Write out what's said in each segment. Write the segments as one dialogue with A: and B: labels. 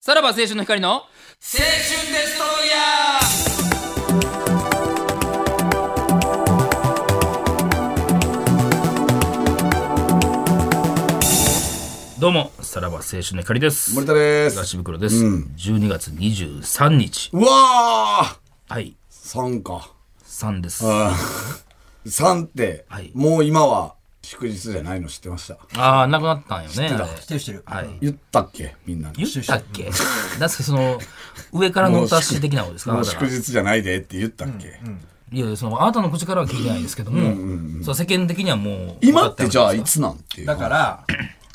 A: さらば青春の光の青春デストロイヤーどうもさらば青春の光です
B: 森田です。
A: 東袋です、12月23日
B: うわー
A: はい
B: 三か。
A: 3です
B: 三って、
A: はい
B: もう今は祝日じゃないの知ってました。
A: ああなくなったんよねあれ
C: してるしてる。
A: はい
B: 言ったっけみんなに。
A: 言ったっけだってその上からのお達し的なことですか
B: も
A: あ
B: う
A: なたが
B: 祝日じゃないでって言ったっけ、
A: いやいやそのあなたの口からは聞いてないですけども、そう世間的にはもう
B: 今ってじゃあ
A: 分
B: い
A: か
B: つなんっていう。
C: だから、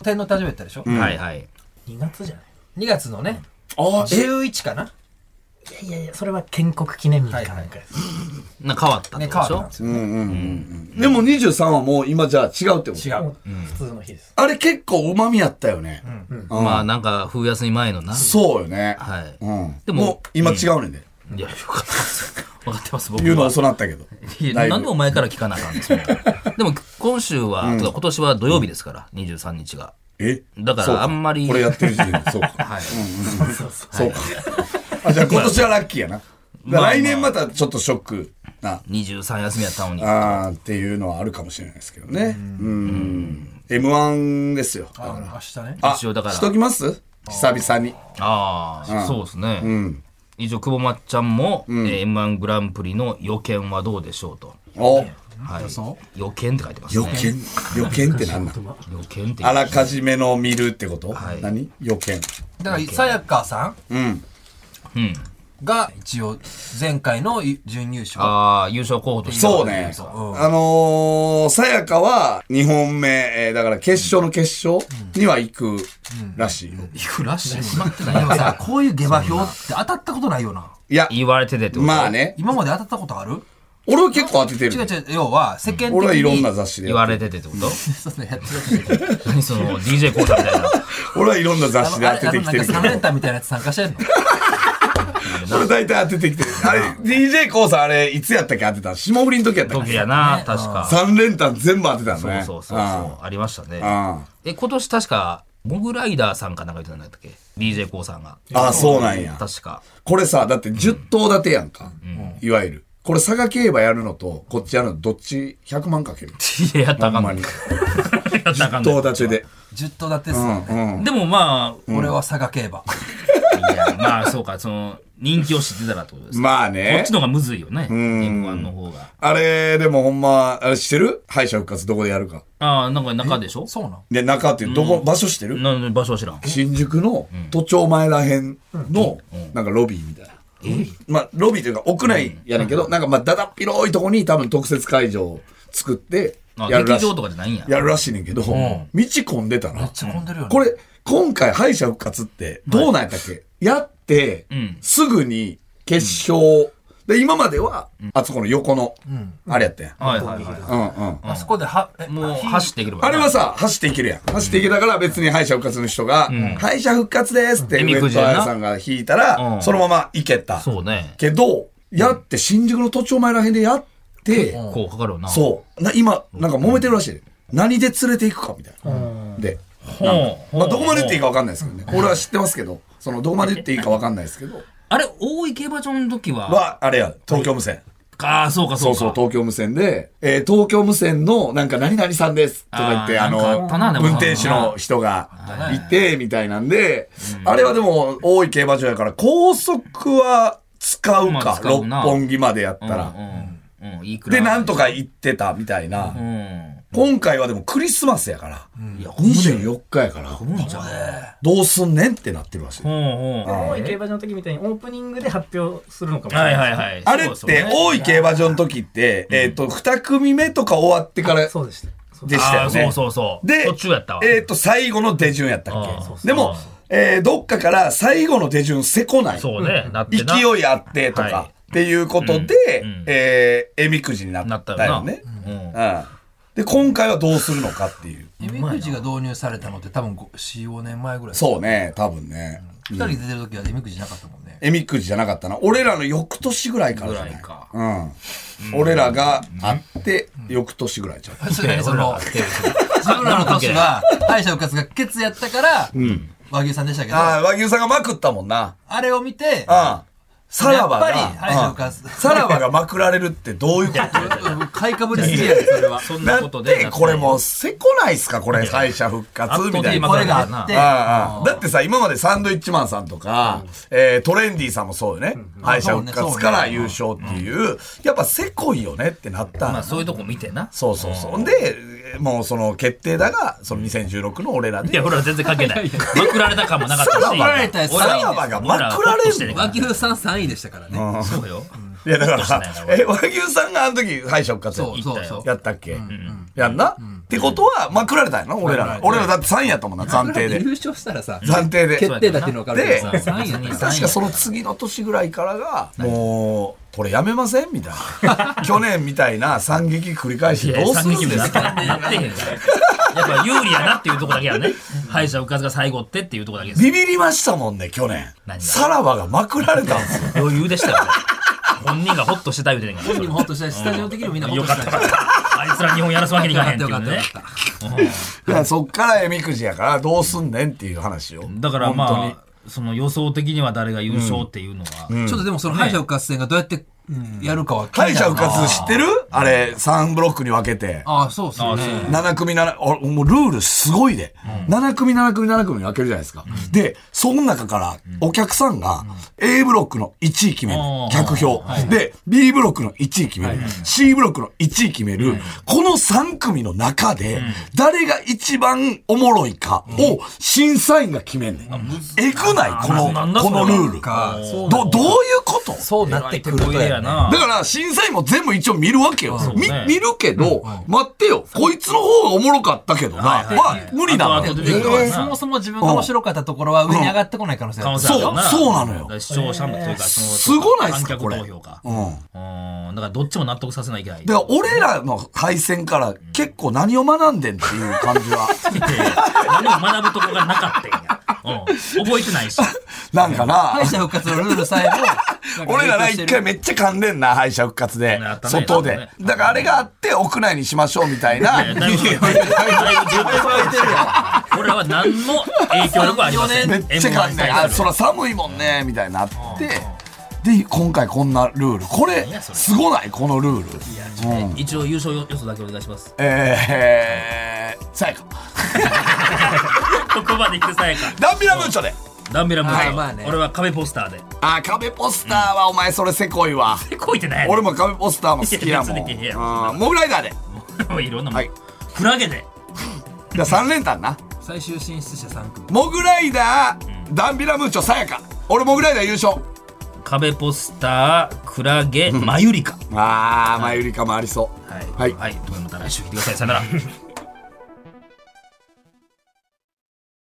C: 天皇誕生日やったでしょ
A: ってますはいはい
D: 2月じゃない
C: 2月のね、
B: あー、え、
C: 11かな
D: やいやいやそれは建国記念日かなんかです、
A: な変わったって
C: ね、
A: ことでし
C: 変わっ
A: たょ
C: んですよね。
B: でも23はもう今じゃあ違うってこと
C: 違う。
D: 普通の日です
B: あれ結構旨味やったよね。うん
A: まあなんか冬休み前のな
B: そうよね。
A: はい
B: うん。
A: で
B: で
A: も
B: も、今違うねんで。
A: いやよかったです分かってます 僕
B: 言うの
A: は
B: 遅なったけど。
A: いや
B: だいぶ
A: なんでお前から聞かなあかんのそ んなでも今週は、てか今年は土曜日ですから23日が
B: え
A: だから
B: そう
A: あんまり
B: これやってる時点で、そうか。
A: はい、
B: そうか。あ、じゃあ今年はラッキー やな。だから来年またちょっとショックな。
A: 23休みやったのに
B: あーっていうのはあるかもしれないですけどね。うん。M1 ですよ。
C: あ明日ね。
B: あ、
A: 一応だから
B: しときます久々に。
A: ああ、そうですね、
B: うん。一
A: 以上久保まっちゃんも、えー m 1グランプリの予見はどうでしょうと、
B: お
A: はい、予見って書いてます
B: 予
A: ね
B: 見予見って何なの
A: 予見って
B: あらかじめの見るってこと
A: はい
B: 何予見。
C: だから、さやかさ
B: うん。
A: うん
C: んが一応、前回の準優勝。
A: ああ優勝候補として
B: そうね。
C: うん
B: あのー、さやかは2本目、えーだから決勝の決勝には行くらしいよ。
A: いくらしい決まってない
C: でもさ、こういう下馬評って当たったことないよな。
B: いや、
A: 言われててってこと
B: まあね。
C: 今まで当たったことある
B: 俺は結構当てて
C: 違う
B: る。
C: 違う、要は、世間的に。
B: 俺はいろんな雑誌で
A: 言
B: や
A: わ
B: って
A: れて
B: る。
A: てってこと
C: そうね、やってる。
A: 何その DJ コータみたいな
B: 俺はいろんな雑誌で
C: あ
B: 当
C: れ、あ
B: てて
C: の
B: き
C: な
B: て
C: ん
B: るけ
C: か
B: ど
C: 3。連単みたいなやつ参加してんの
B: これ大体当ててきてる。あれ、DJ コーさんあれ、いつやったっけ当てたの霜降りの時やったっ
A: 時
B: け
A: やな確か
B: 三連単全部当てたの
A: そう
B: ね。
A: そうそうそう
B: あ
A: ありましたね
B: あ
A: え今年確かモグライダーさんかなんか言ってなかったっけ DJ コーさんが
B: ああ、そうなんや。
A: 確か
B: これさ、だって10頭立てやんか。いわゆる。これ佐賀競馬やるのと、こっちやるのどっち100万かける。
A: いややったら
B: ほ
A: あ
B: ん
A: か
B: ま
A: ん
B: に。
A: ねやったらあかんね
B: 10頭立てで。
C: 10頭立てっす
B: う
C: よ
B: ん
C: ね。
B: うん。
A: でもまあ
C: 俺は佐賀競馬。
A: いや、まあそうか、その、人気を知ってたらってことですか。
B: まあ
A: こ
B: ね
A: っち。の方がむずいよね。M1 の方が。
B: あれ、でもほんま、あれ知ってる敗者復活どこでやるか。
A: ああ、なんか中でしょ
C: そうなん
B: で、中っていう、どこ、場所知ってる
A: なんで場所は知らん。
B: 新宿の都庁前らへんの、なんかロビーみたいな。まあ、ロビーというか屋内やねんけど、なんかまあ、だだっ広いとこに多分特設会場を作って、
A: あ
B: やるら
A: 劇
B: しい
A: 場。とかじゃないんや。
B: やるらしいねんけど、道混んでた
C: め
B: な
C: っ。ちゃ混んでるよね。
B: これ、今回敗者復活って、どうなんやったっけやって
A: ん、
B: すぐに決勝。で、今までは、あそこの横の、あれやったやん。
A: はいはいは
B: うんうん。
C: あそこでは、え
A: い。もう走っていけるわ。
B: あれはさ、走っていけるやん。走っていけたから別に敗者復活の人が、敗者復活ですって、
A: う
B: ウ
A: ん
B: ェットアイさんが引いた
A: うん
B: ら、そのままいけた。
A: そうね。
B: けど、やって、新宿の都庁前らへんでやって、
A: こうかかるよな。
B: そう。な今、なんか揉めてるらしいで。何で連れていくかみたいな。で、
A: ほう。ほう
B: まあ、どこまで言っていいか分かんないですけどね。俺は知ってますけど、その、どこまで言っていいか分かんないです けど、
A: あれ、大井競馬場の時は。
B: は、あれや、東京無線。
A: ああ、そうかそ
B: そううそう、
A: か。
B: 東京無線で、えー東京無線の、なんか、何々さんです、とか言って、
A: あー
B: あ
A: なんかあったなで
B: の、
A: も
B: 運転手の人がいて、みたいなんで、あれはでも、多い競馬場やから、高速は使う
A: まあ
B: か、
A: 使う
B: 六
A: な
B: 本木までやった
A: う
B: ら。
A: んうん。うん。いくら。
B: で、なんと。か行ってた、みたいな
A: う。ん。
B: 今回はでも、クリスマスやから、
A: いや、ほんじゃん。
B: 24日やから、
A: ほんじゃん。
B: どうすんねんってなってるらしい。
A: ほうほう。
D: 大井競馬場の時みたいにオープニングで発表するのかもしれな
A: はい
D: い
A: はいはい。
B: あれっ
A: そうそう
B: て、
A: ね
B: 大井競馬場の時って、えっ、と、二組目とか終わってからで
D: そうでしたそう
B: した
A: あ
B: よ
A: ーそ
B: ね
A: う。そうそう。
B: で、
A: 途中やったわ。
B: えっ、と、最後の出順やった
A: あ
B: っ
A: ー
B: け。でも、えーどっかから最後の出順せこない。
A: そうね。なってな。
B: 勢いあってとか、
A: はい
B: っていうことで、
A: うんうん
B: えーえみくじにな
A: な
B: っ
A: った
B: た
A: よな。
B: よね。
A: うん
B: うんで、今回はどうするのかっていう。
C: えみくじが導入されたのって多分ご4、5年前ぐらい。
B: そうね、多分ね。
C: 二人で出てる時はえみくじなかったもんね。
B: えみくじじゃなかったな。俺らの翌年ぐらいからじゃない
A: ぐらいか
B: うん。俺らがあって、翌年ぐらい じゃん。
C: それ何その、自分らの年は敗者復活がケツやったから、和牛さんでしたけど、
B: あ
C: あ
B: あ、和牛さんがまくったもんな。
C: れを見て、
B: ああ。さらばが、
C: やっぱりはい
B: ああ
C: 浮かす
B: さらばがまくられるってどういうこ
C: うん買いかぶりすぎやで、それは。
A: そ
B: と
A: んな
B: だ
A: こ
B: っ
A: とで
B: て、これもうせこないっすかこれ、敗者復活みたいな。
C: これがあって、
B: ああああだ
C: て
B: ってさ、今までサンドイッチマンさんとか、えートレンディさんもそうよね。敗者復活から優勝っていう、やっぱせこいよねってなった。
A: まあそういうとこ見てな。
B: そうそうそう。で、もうその決定だが、その2016の俺ら
A: いや、
B: で、
A: ほら、全然関係ない。まくられた感もなかったし。
B: さらば
A: 俺らいいんですよ
B: さらばがまくら
A: 俺ホッ
B: れんの
A: としてね
C: 和牛さん3位でしたからね。
A: そうよ。
B: いやだか
A: どうしたん
B: ら
A: やろ、俺
B: え、和牛さんがあの時敗者復活や
C: そうそう
A: 行
C: そ
A: っ
C: う。
B: やったっけやんなってことは、まくられたんやな、俺らが。俺らだって3位やったもんな、暫定で。
C: 優勝したらさ、
B: 暫定で。
C: 決定だっていうの分かるけどさ、
B: で
C: 3位やね
A: 確
B: 確かその次の年ぐらいからが、もう、これやめませんみたいな。 去年みたいな惨劇繰り返し、どうするん
A: いや
B: ですか
A: 三撃目なってへんから。やっぱ有利やなっていうとこだけやね。敗者浮かずが最後ってっていうとこだけです。
B: ビビりましたもんね、去年
A: 何。が
B: さらばがまくられたんですよ。
A: 余裕でしたよ。本人がホッとしてた言うてんねんから。
C: 本人もホッとしたし、スタジオ的にもみんなホッ
A: よ
C: と
A: か
C: し
A: った
C: た
A: よ
C: し。
A: かった。あいつら日本やらすわけにい
C: よ
A: か
C: か
A: へ
C: っ
A: ん
C: た
A: ってい
C: よ
A: う
C: かったよ
A: ね
C: か。った。
B: だからそっからえみくじやから、どうすんねんっていう話よ。
A: だからまあ、その予想的には誰が優勝っていうのは。
C: ちょっとでもその敗者復活戦がどうやってやるかは気にな
B: 敗者
C: る
B: 復活知ってるあれ、3ブロックに分けて。
C: ああ、そうっすよね。
B: 7組7、あもうルールすごいで。7組7組7組に分けるじゃないですか。で、その中からお客さんが A ブロックの1位決める
A: あ。ー
B: 客票。で、B ブロックの1位決める。C ブロックの1位決める。この3組の中で、誰が一番おもろいかを審査員が決めんねん。えぐないこの
A: なんだ、
B: この
A: それは
B: ルール。
C: かそう
B: ど、どういうこと
C: そうなってくると
A: えや
C: や
A: な
C: な。
B: だ。から、審査員も全部一応見るわけよ。
A: う
B: み
A: ね
B: 見るけど、待ってよ、こいつの方がおもろかったけどな、
A: はいはいはい
B: は無理なの
A: 後
B: よ
A: 々。出てくるわ
C: えー
A: な
C: そもそも自分が面白かったところは上に上がってこない可能性
A: 可
C: あ
A: 能
C: る。
A: 性あるよな
B: そうそうなのよ
A: だから視聴者もというか、その
B: すごないっすか
A: 観
B: こ
A: 客
B: れ
A: 投票か。う
B: うん。
A: ん。だからどっちも納得させないといけない。
B: で、俺らの敗戦から結構何を学んでんっていう感 じは、
A: 何も学ぶとこがなかったんや。うん。覚えてないし。
B: なんかな
C: 敗、者復活のルールさえも。
B: 俺らな一回め
C: 目。
B: っちゃ噛んでんな、敗者復活で
A: ねあっ。たね
B: 外
A: あった
B: で
A: ね。
B: だからあれがあって、屋内にしましょうみたいな。
A: いやだいぶ、だいぶずっと俺らは何の影響力はありません。
B: めっちゃ噛んでん、あ、そら寒いもんね、みたいになって。で、今回こんなルール。これ
A: 何や、それ
B: すごないこのルール。
A: 一応優勝予想だけお願いします。
B: えー、最後。
A: ここまで来てさやか。
B: ダンビラムーチョで。
A: ダンベラム
C: はいまあね
A: 俺は壁ポスターで。
B: あ、壁ポスターはお前それせこいわ。
A: え、こいてない
B: 俺も壁ポスターも好きやもん。
A: いや別にいいや
B: うんモグライダーで。
A: も。いろんなも
B: は
A: ん
B: い。
A: クラゲで。
B: じゃあ3連単な。
C: 最終進出者3組。
B: モグライダー、ダンビラムーチョ、さやか。俺モグライダー優勝。
A: 壁ポスター、クラゲ、マユリカ。
B: あー、前売りかもありそう。
A: はい。
B: はい
A: はい。ということでまた来週来てください。さよなら。